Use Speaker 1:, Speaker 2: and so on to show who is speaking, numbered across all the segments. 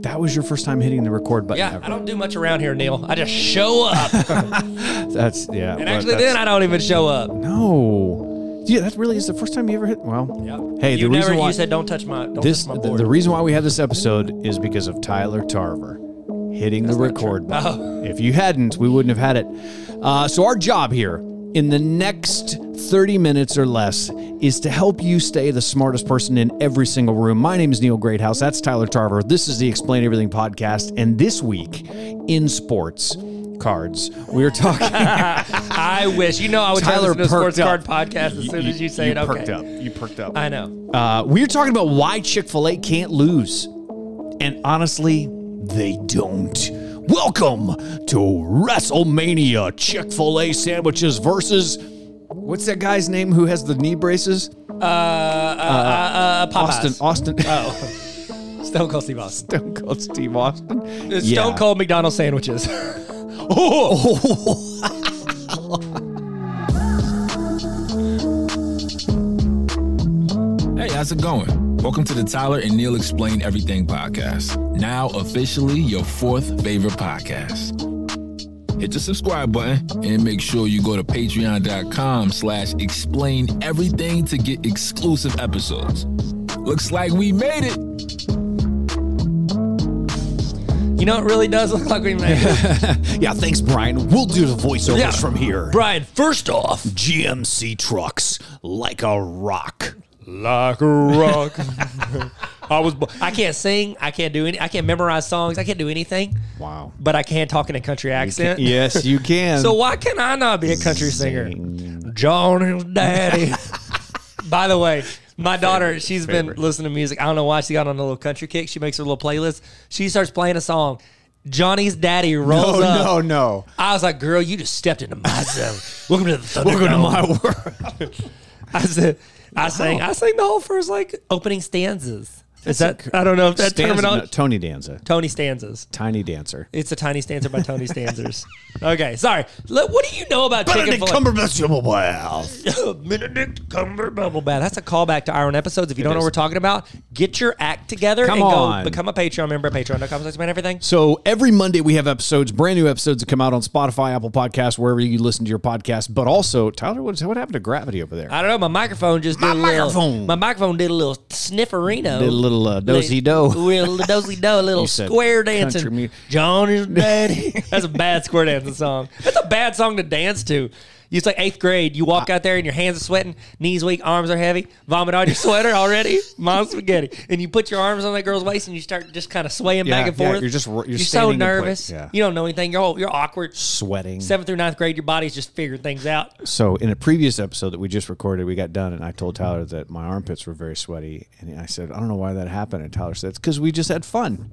Speaker 1: that was your first time hitting the record button
Speaker 2: Yeah, I
Speaker 1: ever.
Speaker 2: don't do much around here, Neil. I just show up.
Speaker 1: That's yeah.
Speaker 2: And
Speaker 1: but
Speaker 2: actually,
Speaker 1: that's-
Speaker 2: then I don't even show up.
Speaker 1: no. Yeah, that really is the first time you ever hit. Well, hey,
Speaker 2: you
Speaker 1: the
Speaker 2: never,
Speaker 1: reason why
Speaker 2: you said don't touch my don't
Speaker 1: this
Speaker 2: touch
Speaker 1: the,
Speaker 2: my board.
Speaker 1: the reason why we have this episode is because of Tyler Tarver hitting the record button.
Speaker 2: Oh.
Speaker 1: If you hadn't, we wouldn't have had it. Uh, so our job here in the next 30 minutes or less is to help you stay the smartest person in every single room. My name is Neil Greathouse. That's Tyler Tarver. This is the Explain Everything podcast, and this week in sports cards, we are talking.
Speaker 2: I wish you know I would
Speaker 1: Tyler
Speaker 2: Tyler listen to a sports
Speaker 1: perked up.
Speaker 2: card podcast as soon as you say it. Okay,
Speaker 1: perked up. You perked up.
Speaker 2: I know.
Speaker 1: Uh, we're talking about why Chick fil A can't lose. And honestly, they don't. Welcome to WrestleMania Chick fil A sandwiches versus. What's that guy's name who has the knee braces?
Speaker 2: Uh, uh, uh, uh,
Speaker 1: Austin.
Speaker 2: Popeyes.
Speaker 1: Austin.
Speaker 2: Oh, Stone Cold Steve Austin.
Speaker 1: Stone Cold Steve Austin.
Speaker 2: It's
Speaker 1: Yeah.
Speaker 2: Stone Cold McDonald's sandwiches.
Speaker 1: Oh.
Speaker 3: Hey, how's it going? Welcome to the Tyler and Neil Explain Everything podcast. Now, officially your fourth favorite podcast. Hit the subscribe button and make sure you go to patreon.com slash explain everything to get exclusive episodes. Looks like we made it.
Speaker 2: You know, it really does look like we made it.
Speaker 1: yeah, thanks, Brian. We'll do the voiceovers
Speaker 2: Yeah.
Speaker 1: from here.
Speaker 2: Brian, first off,
Speaker 1: GMC trucks like a rock.
Speaker 2: like a rock. I was. I can't sing. I can't do any. I can't memorize songs. I can't do anything.
Speaker 1: Wow.
Speaker 2: But I can talk in a country accent.
Speaker 1: Yes, you can.
Speaker 2: So why can I not be a country singer? Johnny's daddy. By the way, my daughter, she's been listening to music. I don't know why she got on a little country kick. She makes her little playlist. She starts playing a song. Johnny's daddy rolls
Speaker 1: no,
Speaker 2: up.
Speaker 1: Oh, no, no.
Speaker 2: I was like, "Girl, you just stepped into my zone. Welcome to the Thunderdome.
Speaker 1: world.
Speaker 2: I said, I sang, I sang the whole first like opening stanzas. Is that I don't know if that
Speaker 1: Stanza-
Speaker 2: terminology.
Speaker 1: no, Tony Danza,
Speaker 2: Tony stanzas.
Speaker 1: Tiny Dancer.
Speaker 2: It's a tiny stanza by Tony Stanzers. okay, sorry. Let- what do you know about Chicken Fil
Speaker 1: Cumberbatch Jumblebath.
Speaker 2: Benedict Cumberbatch. That's a callback to our own episodes. If you don't know
Speaker 1: is.
Speaker 2: what we're talking about, get your act together
Speaker 1: Come
Speaker 2: and
Speaker 1: on.
Speaker 2: go become a Patreon member. Patreon.com slash man everything.
Speaker 1: So every Monday we have episodes, brand new episodes that come out on Spotify, Apple Podcasts, wherever you listen to your podcast. But also, Tyler, what, what happened to gravity over there?
Speaker 2: I don't know. My microphone just
Speaker 1: My
Speaker 2: did a little,
Speaker 1: microphone.
Speaker 2: My microphone did a little snifferino.
Speaker 1: Did a little, uh, do-si-do.
Speaker 2: Little dozy do. A little
Speaker 1: You said
Speaker 2: square
Speaker 1: country mu-
Speaker 2: dancing. John is daddy. That's a bad square dancing song. That's a bad song to dance to. It's like eighth grade. You walk out there and your hands are sweating, knees weak, arms are heavy, vomit on your sweater already, mom's spaghetti. And you put your arms on that girl's waist and you start just kind of swaying
Speaker 1: Yeah,
Speaker 2: back and
Speaker 1: yeah,
Speaker 2: forth.
Speaker 1: you're just- you're
Speaker 2: so
Speaker 1: standing in place.
Speaker 2: nervous.
Speaker 1: Yeah.
Speaker 2: You don't know anything. You're, all, you're awkward.
Speaker 1: Sweating.
Speaker 2: Seventh through ninth grade, your body's just figuring things out.
Speaker 1: So in a previous episode that we just recorded, we got done, and I told Tyler that my armpits were very sweaty, and I said, I don't know why that happened, and Tyler said, it's because we just had fun.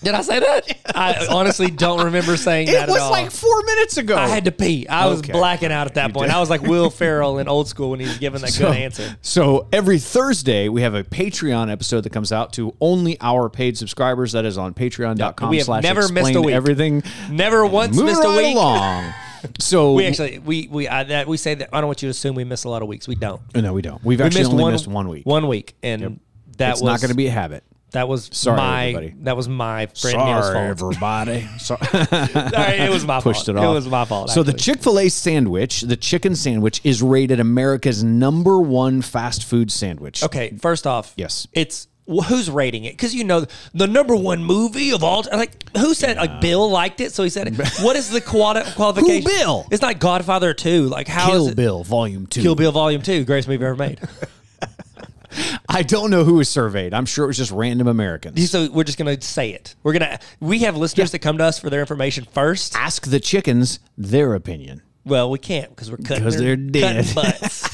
Speaker 2: Did I say that? I honestly don't remember saying that
Speaker 1: It was
Speaker 2: at all.
Speaker 1: like four minutes ago.
Speaker 2: I had to pee. I was
Speaker 1: Okay.
Speaker 2: blacking out at that point.
Speaker 1: did.
Speaker 2: I was like Will Ferrell in old school when he was giving that good answer.
Speaker 1: So every Thursday we have a Patreon episode that comes out to only our paid subscribers. That is on patreon.com
Speaker 2: We have
Speaker 1: slash
Speaker 2: never missed
Speaker 1: explain
Speaker 2: a week.
Speaker 1: everything.
Speaker 2: Never once
Speaker 1: Moving
Speaker 2: missed a
Speaker 1: right
Speaker 2: week.
Speaker 1: along. So
Speaker 2: We actually we we I, that we say that I don't want you to assume we miss a lot of weeks. We don't.
Speaker 1: Oh, no, we don't. We've
Speaker 2: We
Speaker 1: actually only missed one week.
Speaker 2: One week, and that
Speaker 1: it's
Speaker 2: was
Speaker 1: not going to be a habit.
Speaker 2: That was
Speaker 1: Sorry,
Speaker 2: my
Speaker 1: everybody.
Speaker 2: that was my friend Neil's fault.
Speaker 1: everybody. Sorry.
Speaker 2: Sorry, it was my
Speaker 1: Pushed it
Speaker 2: fault.
Speaker 1: off.
Speaker 2: It was my fault.
Speaker 1: So the
Speaker 2: actually.
Speaker 1: Chick Fil A sandwich, the chicken sandwich, is rated America's number one fast food sandwich.
Speaker 2: Okay, first off,
Speaker 1: Yes.
Speaker 2: it's wh- who's rating it because you know the number one movie of all. time. Like who said? Like Bill liked it, so he said it. What is the quali- qualification?
Speaker 1: Bill?
Speaker 2: It's not Godfather Two. Like how is
Speaker 1: Kill
Speaker 2: it?
Speaker 1: Bill Volume Two.
Speaker 2: Kill Bill Volume Two, greatest movie ever made.
Speaker 1: I don't know who was surveyed. I'm sure it was just random Americans.
Speaker 2: so we're just gonna say it. We're gonna we have listeners that come to us for their information first.
Speaker 1: ask the chickens their opinion.
Speaker 2: Well, we can't because we're cutting
Speaker 1: 'Cause they're
Speaker 2: their-
Speaker 1: dead.
Speaker 2: cutting butts.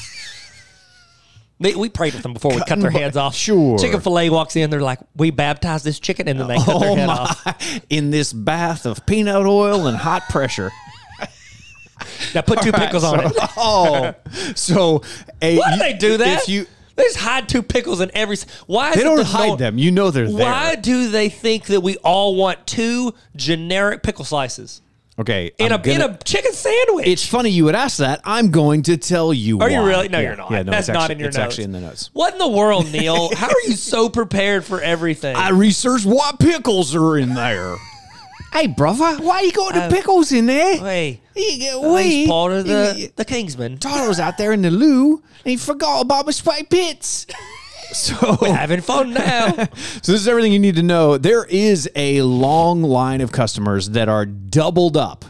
Speaker 2: They, we prayed with them before we cut their
Speaker 1: Cutting
Speaker 2: hands
Speaker 1: butt-
Speaker 2: off.
Speaker 1: sure. Oh
Speaker 2: Chicken filet walks in. They're like, "We baptize this chicken," and then they cut their head off.
Speaker 1: In this bath of peanut oil and hot pressure.
Speaker 2: Now put two pickles on it.
Speaker 1: Oh, so a,
Speaker 2: Why do they do that?
Speaker 1: If you,
Speaker 2: they just hide two pickles in every. s- Why is
Speaker 1: they
Speaker 2: it
Speaker 1: don't
Speaker 2: the
Speaker 1: hide
Speaker 2: whole-
Speaker 1: them. You know they're there.
Speaker 2: Why do they think that we all want two generic pickle slices?
Speaker 1: Okay.
Speaker 2: in
Speaker 1: I'm
Speaker 2: a
Speaker 1: gonna-
Speaker 2: in a chicken sandwich.
Speaker 1: It's funny you would ask that. I'm going to tell you.
Speaker 2: Are you
Speaker 1: why.
Speaker 2: really? No,
Speaker 1: Yeah,
Speaker 2: you're not.
Speaker 1: Yeah, no,
Speaker 2: That's
Speaker 1: it's
Speaker 2: not
Speaker 1: actually-
Speaker 2: in your
Speaker 1: It's
Speaker 2: notes.
Speaker 1: actually in the notes.
Speaker 2: What in the world, Neil? How are you so prepared for everything?
Speaker 1: I researched why pickles are in there. hey, brother, why you got the
Speaker 2: Uh,
Speaker 1: pickles in there?
Speaker 2: Hey,
Speaker 1: He get
Speaker 2: he's
Speaker 1: wee.
Speaker 2: part of
Speaker 1: He-
Speaker 2: the the Kingsman.
Speaker 1: Tyler was out there in the loo and he forgot about his white pits. So,
Speaker 2: Having fun now.
Speaker 1: so this is everything you need to know. There is a long line of customers that are doubled up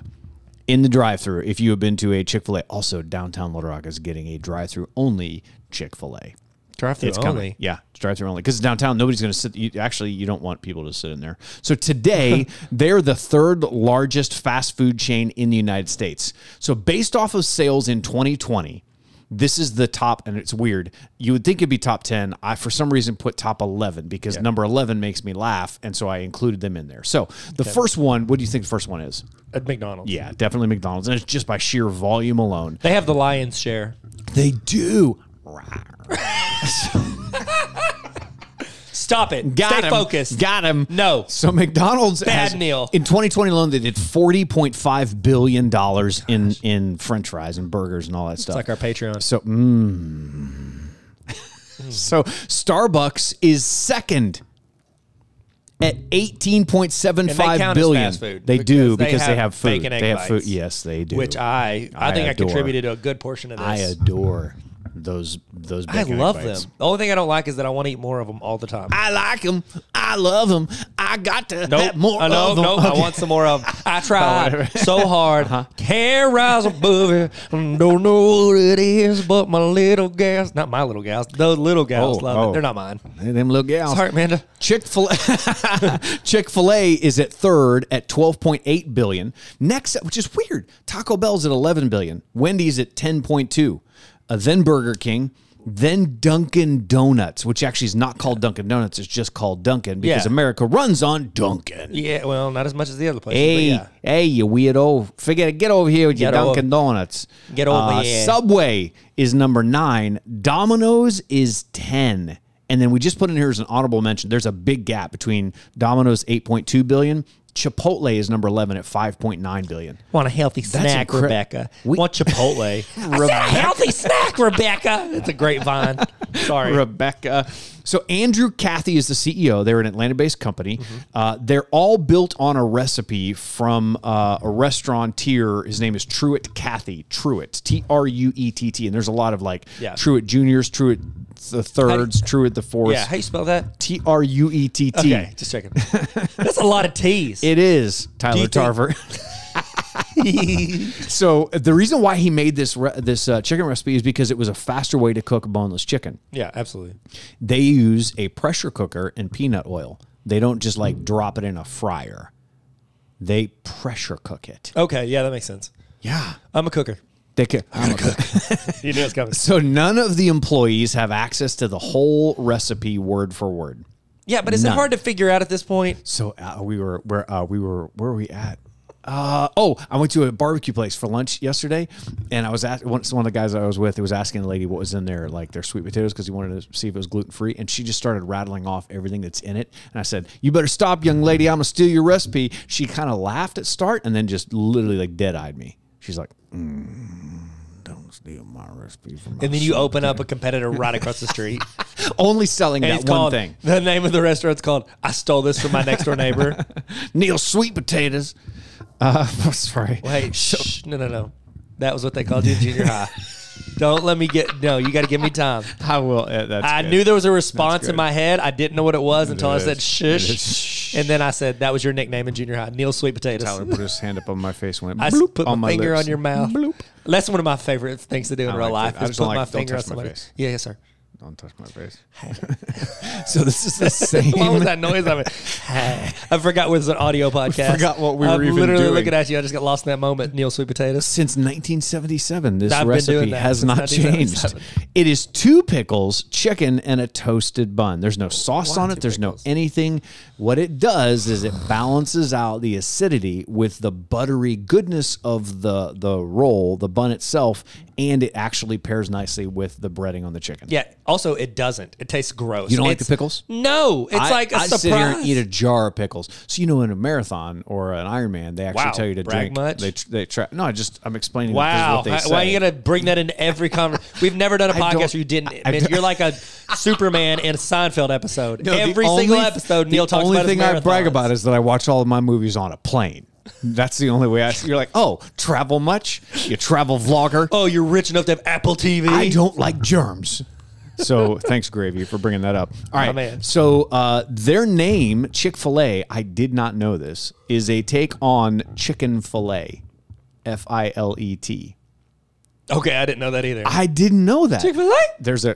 Speaker 1: in the drive-through. If you have been to a Chick Fil A, also downtown Little Rock is getting a drive-through only Chick Fil A.
Speaker 2: Drive through
Speaker 1: It's coming. Yeah, it's drive-through only because downtown nobody's going to sit. You, actually, you don't want people to sit in there. So today they're the third largest fast food chain in the United States. So based off of sales in 2020. This is the top, and it's weird. You would think it'd be top 10. I, for some reason, put top 11 because number 11 makes me laugh. And so I included them in there. So the first one, what do you think the first one is?
Speaker 2: At McDonald's.
Speaker 1: Yeah, definitely McDonald's. And it's just by sheer volume alone.
Speaker 2: They have the lion's share.
Speaker 1: They do.
Speaker 2: Stop it.
Speaker 1: Got
Speaker 2: Stay
Speaker 1: him.
Speaker 2: focused.
Speaker 1: Got him.
Speaker 2: No.
Speaker 1: So McDonald's
Speaker 2: Bad
Speaker 1: has,
Speaker 2: Neil.
Speaker 1: in 2020 alone, they did 40.5 billion dollars in in French fries and burgers and all that stuff.
Speaker 2: like our Patreon.
Speaker 1: So, mm. so Starbucks is second at 18.75
Speaker 2: And they count as
Speaker 1: billion.
Speaker 2: fast food
Speaker 1: They do
Speaker 2: because they
Speaker 1: because they
Speaker 2: have
Speaker 1: have food.
Speaker 2: bacon egg
Speaker 1: They have food.
Speaker 2: bites,
Speaker 1: Yes, they do.
Speaker 2: Which I, I,
Speaker 1: I
Speaker 2: think I
Speaker 1: adore.
Speaker 2: contributed to a good portion of this.
Speaker 1: I adore those those.
Speaker 2: I
Speaker 1: Bacon egg
Speaker 2: love them.
Speaker 1: bites.
Speaker 2: The only thing I don't like is that I want to eat more of them all the time.
Speaker 1: I like them. I love them. I got to
Speaker 2: Nope.
Speaker 1: have more
Speaker 2: I know,
Speaker 1: of them.
Speaker 2: nope. I want some more of 'em. I tried so hard. Can't rise above it. Mm, Don't know what it is, but my little gals. Not my little gals. Those little gals
Speaker 1: Oh,
Speaker 2: love
Speaker 1: oh.
Speaker 2: it. They're not mine.
Speaker 1: Hey, them little gals.
Speaker 2: Sorry, Amanda.
Speaker 1: Chick fil A Chick fil A is at third at twelve point eight billion. Next, which is weird. Taco Bell's at eleven billion. Wendy's at ten point two. Uh, then Burger King. Then Dunkin' Donuts, which actually is not called Dunkin' Donuts, it's just called Dunkin' because
Speaker 2: Yeah.
Speaker 1: America runs on Dunkin'.
Speaker 2: Yeah, well, not as much as the other places.
Speaker 1: Hey,
Speaker 2: But yeah.
Speaker 1: hey, you weirdo! Forget it. Get over here with your
Speaker 2: Get over-
Speaker 1: Dunkin' Donuts. Uh,
Speaker 2: Get over here.
Speaker 1: Subway is number nine. Domino's is ten. And then we just put in here as an honorable mention. There's a big gap between Domino's 8.2 billion. Chipotle is number 11 at 5.9 billion.
Speaker 2: Want a healthy snack,
Speaker 1: incre-
Speaker 2: Rebecca?
Speaker 1: We-
Speaker 2: Want Chipotle? I said a healthy snack, Rebecca. It's a great vine. Sorry.
Speaker 1: Rebecca. So Andrew Cathy is the CEO. They're an Atlanta-based company.
Speaker 2: Mm-hmm.
Speaker 1: Uh, they're all built on a recipe from uh, a restaurateur. His name is Truett Cathy. Truett, T R U E T T. And there's a lot of like
Speaker 2: Yeah.
Speaker 1: Truett Juniors, Truett the thirds, Truett the fourths.
Speaker 2: yeah, how you spell that?
Speaker 1: T R U E T T.
Speaker 2: Okay, just checking. That's a lot of T's.
Speaker 1: It is Tyler
Speaker 2: think-
Speaker 1: Tarver. so the reason why he made this re- this uh, chicken recipe is because it was a faster way to cook boneless chicken.
Speaker 2: yeah, absolutely.
Speaker 1: they use a pressure cooker and peanut oil. They don't just like drop it in a fryer. They pressure cook it.
Speaker 2: Okay, yeah, that makes sense.
Speaker 1: Yeah.
Speaker 2: I'm a cooker.
Speaker 1: They could.
Speaker 2: You knew it's coming.
Speaker 1: So none of the employees have access to the whole recipe word for word.
Speaker 2: Yeah, but is it hard to figure out at this point?
Speaker 1: So uh, we were where uh, we were where were we at? Uh, oh, I went to a barbecue place for lunch yesterday, and I was at one, one of the guys I was with. It was asking the lady what was in there, like their sweet potatoes, because he wanted to see if it was gluten free. And she just started rattling off everything that's in it. And I said, "You better stop, young lady. I'm gonna steal your recipe." She kind of laughed at start, and then just literally like dead eyed me. She's like, mm, "Don't steal my recipe from my
Speaker 2: And then you open up a competitor right across the street.
Speaker 1: only selling
Speaker 2: And
Speaker 1: that
Speaker 2: it's
Speaker 1: one
Speaker 2: called,
Speaker 1: thing."
Speaker 2: The name of the restaurant's called I Stole This From My Next Door Neighbor.
Speaker 1: Neil sweet potatoes. Uh, sorry.
Speaker 2: Wait, shh. No, no, no. That was what they called you in junior high. Don't let me get, no, you got to give me time.
Speaker 1: I will. Uh, that's
Speaker 2: I
Speaker 1: good.
Speaker 2: knew there was a response
Speaker 1: good.
Speaker 2: in my head. I didn't know what it was until I
Speaker 1: is.
Speaker 2: said
Speaker 1: It is.
Speaker 2: shush. And then I said, that was your nickname in junior high, Neil Sweet Potatoes.
Speaker 1: Tyler put his hand up on my face, went
Speaker 2: I s-
Speaker 1: bloop
Speaker 2: put my,
Speaker 1: on my
Speaker 2: finger
Speaker 1: lips.
Speaker 2: on your mouth.
Speaker 1: Bloop.
Speaker 2: That's one of my favorite things to do in
Speaker 1: I
Speaker 2: real
Speaker 1: like
Speaker 2: life
Speaker 1: it. I
Speaker 2: is
Speaker 1: just
Speaker 2: put
Speaker 1: don't
Speaker 2: my
Speaker 1: like- don't
Speaker 2: finger on
Speaker 1: touch my
Speaker 2: somebody.
Speaker 1: face.
Speaker 2: Yeah, yes, sir.
Speaker 1: Don't touch my face. so this is the same.
Speaker 2: What was that noise? I, mean, I forgot it was an audio podcast.
Speaker 1: forgot what we
Speaker 2: I'm
Speaker 1: were even
Speaker 2: literally
Speaker 1: doing.
Speaker 2: looking at you. I just got lost in that moment. Neil Sweet Potatoes.
Speaker 1: Since 1977, this
Speaker 2: I've been
Speaker 1: recipe
Speaker 2: doing that
Speaker 1: has
Speaker 2: since
Speaker 1: not changed.
Speaker 2: 1977.
Speaker 1: It is two pickles, chicken, and a toasted bun. There's no sauce
Speaker 2: Why
Speaker 1: on
Speaker 2: two
Speaker 1: it. There's
Speaker 2: pickles?
Speaker 1: no anything. What it does is it balances out the acidity with the buttery goodness of the the roll, the bun itself, and it actually pairs nicely with the breading on the chicken.
Speaker 2: Yeah, Also, it doesn't. It tastes gross.
Speaker 1: You don't like the
Speaker 2: It's-
Speaker 1: pickles?
Speaker 2: No, it's
Speaker 1: I-
Speaker 2: like a
Speaker 1: I
Speaker 2: surprise.
Speaker 1: sit here and eat a jar of pickles. So you know, in a marathon or an Ironman, they actually
Speaker 2: Wow,
Speaker 1: tell you to
Speaker 2: brag
Speaker 1: drink.
Speaker 2: much.
Speaker 1: They tr- they try. No, I just I'm explaining.
Speaker 2: Wow,
Speaker 1: This is what they
Speaker 2: why are you
Speaker 1: say.
Speaker 2: gonna bring that into every conversation? We've never done a
Speaker 1: I don't-
Speaker 2: podcast where you didn't.
Speaker 1: I
Speaker 2: man,
Speaker 1: don't-
Speaker 2: you're like a Superman in a Seinfeld episode.
Speaker 1: No, the
Speaker 2: every
Speaker 1: only-
Speaker 2: single episode, Neil talks
Speaker 1: The only
Speaker 2: about
Speaker 1: thing
Speaker 2: his
Speaker 1: I brag
Speaker 2: marathons.
Speaker 1: about is that I watch all of my movies on a plane. That's the only way I. You're like, oh, travel much? You travel vlogger?
Speaker 2: Oh, you're rich enough to have Apple TV.
Speaker 1: I don't like germs. So thanks, Gravy, for bringing that up. All right.
Speaker 2: man.
Speaker 1: So uh, their name, Chick fil A, I did not know this, is a take on chicken filet, F I L E T.
Speaker 2: Okay, I didn't know that either.
Speaker 1: I didn't know that.
Speaker 2: Chick-fil-A?
Speaker 1: There's a.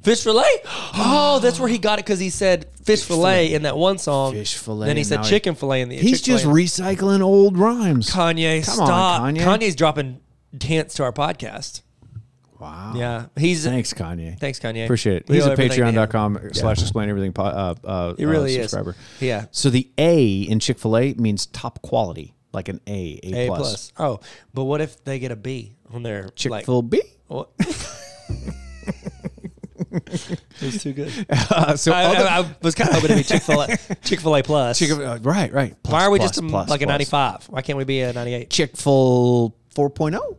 Speaker 2: Fish fillet. Oh, that's where he got it because he said fish fillet in that one song.
Speaker 1: Fish fillet,
Speaker 2: Then he
Speaker 1: and
Speaker 2: said
Speaker 1: now he-
Speaker 2: chicken fillet in the.
Speaker 1: He's just
Speaker 2: Chick-fil-A.
Speaker 1: recycling old rhymes.
Speaker 2: Kanye.
Speaker 1: Come on,
Speaker 2: stop.
Speaker 1: Kanye.
Speaker 2: Kanye's dropping hints to our podcast.
Speaker 1: Wow.
Speaker 2: Yeah, he's
Speaker 1: Thanks, Kanye.
Speaker 2: Thanks, Kanye.
Speaker 1: Appreciate it.
Speaker 2: We
Speaker 1: He's at
Speaker 2: owe everything to him.
Speaker 1: patreon.com slash explain everything po- uh, uh,
Speaker 2: He really
Speaker 1: uh,
Speaker 2: is.
Speaker 1: subscriber.
Speaker 2: Yeah.
Speaker 1: So the A in Chick fil A means top quality, like an A, A,
Speaker 2: A
Speaker 1: plus.
Speaker 2: plus. Oh, but what if they get a B on their
Speaker 1: Chick
Speaker 2: like-
Speaker 1: fil B.
Speaker 2: What? it's too good.
Speaker 1: Uh, so
Speaker 2: I,
Speaker 1: other-
Speaker 2: I, I was kind of hoping to be Chick Fil A, Chick Fil A plus.
Speaker 1: Chick- uh, right, right. Plus,
Speaker 2: Why are we
Speaker 1: plus,
Speaker 2: just a,
Speaker 1: plus,
Speaker 2: like a
Speaker 1: plus.
Speaker 2: ninety five? Why can't we be a ninety eight?
Speaker 1: Chick fil 4.0.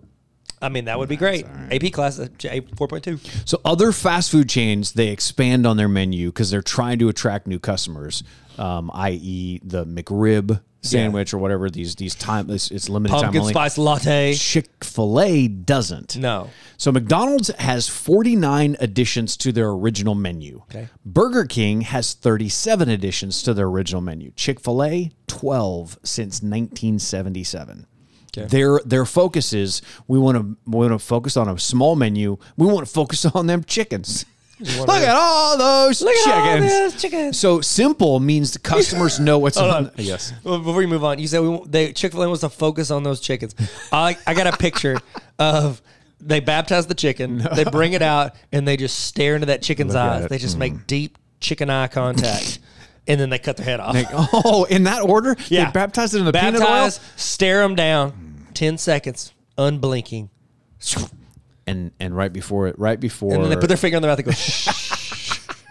Speaker 2: I mean, that would be great. AP class uh, J- four point two.
Speaker 1: So other fast food chains they expand on their menu because they're trying to attract new customers, um, i.e. the McRib sandwich or whatever. These these time it's, it's limited time
Speaker 2: Pumpkin
Speaker 1: only.
Speaker 2: spice latte.
Speaker 1: Chick fil A doesn't.
Speaker 2: No.
Speaker 1: So McDonald's has 49 additions to their original menu.
Speaker 2: Okay.
Speaker 1: Burger King has 37 additions to their original menu. Chick fil A, 12 since 1977. Their their focus is we want to we want to focus on a small menu. We want to focus on them chickens. Look at all those
Speaker 2: at all
Speaker 1: chickens.
Speaker 2: those chickens.
Speaker 1: So simple means the customers know what's on. Yes.
Speaker 2: Well, before you move on, you said we, they Chick-fil-A wants to focus on those chickens. I, I got a picture of they baptize the chicken, they bring it out, and they just stare into that chicken's
Speaker 1: at
Speaker 2: eyes.
Speaker 1: it. Mm.
Speaker 2: They just make deep chicken eye contact, and then they cut their head off.
Speaker 1: Like, oh, in that order?
Speaker 2: Yeah.
Speaker 1: They baptized it in the peanut oil? Mm.
Speaker 2: Baptize, stare them down, ten seconds, unblinking,
Speaker 1: and and right before it, right before,
Speaker 2: and then they put their finger in their mouth and go.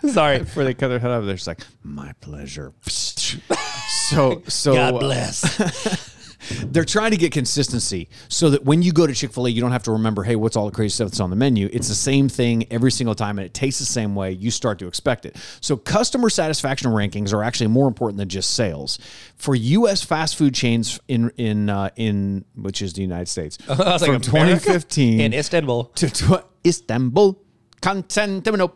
Speaker 2: Sorry,
Speaker 1: before they cut their head off, they're just like, "My pleasure." so so
Speaker 2: God
Speaker 1: uh,
Speaker 2: bless.
Speaker 1: they're trying to get consistency so that when you go to Chick Fil A, you don't have to remember, "Hey, what's all the crazy stuff that's on the menu?" It's the same thing every single time, and it tastes the same way. You start to expect it. So customer satisfaction rankings are actually more important than just sales for U.S. fast food chains in in uh, in which is the United States
Speaker 2: I was like,
Speaker 1: from
Speaker 2: "America?"
Speaker 1: 2015
Speaker 2: in Istanbul.
Speaker 1: to tw- Istanbul, Constantinople.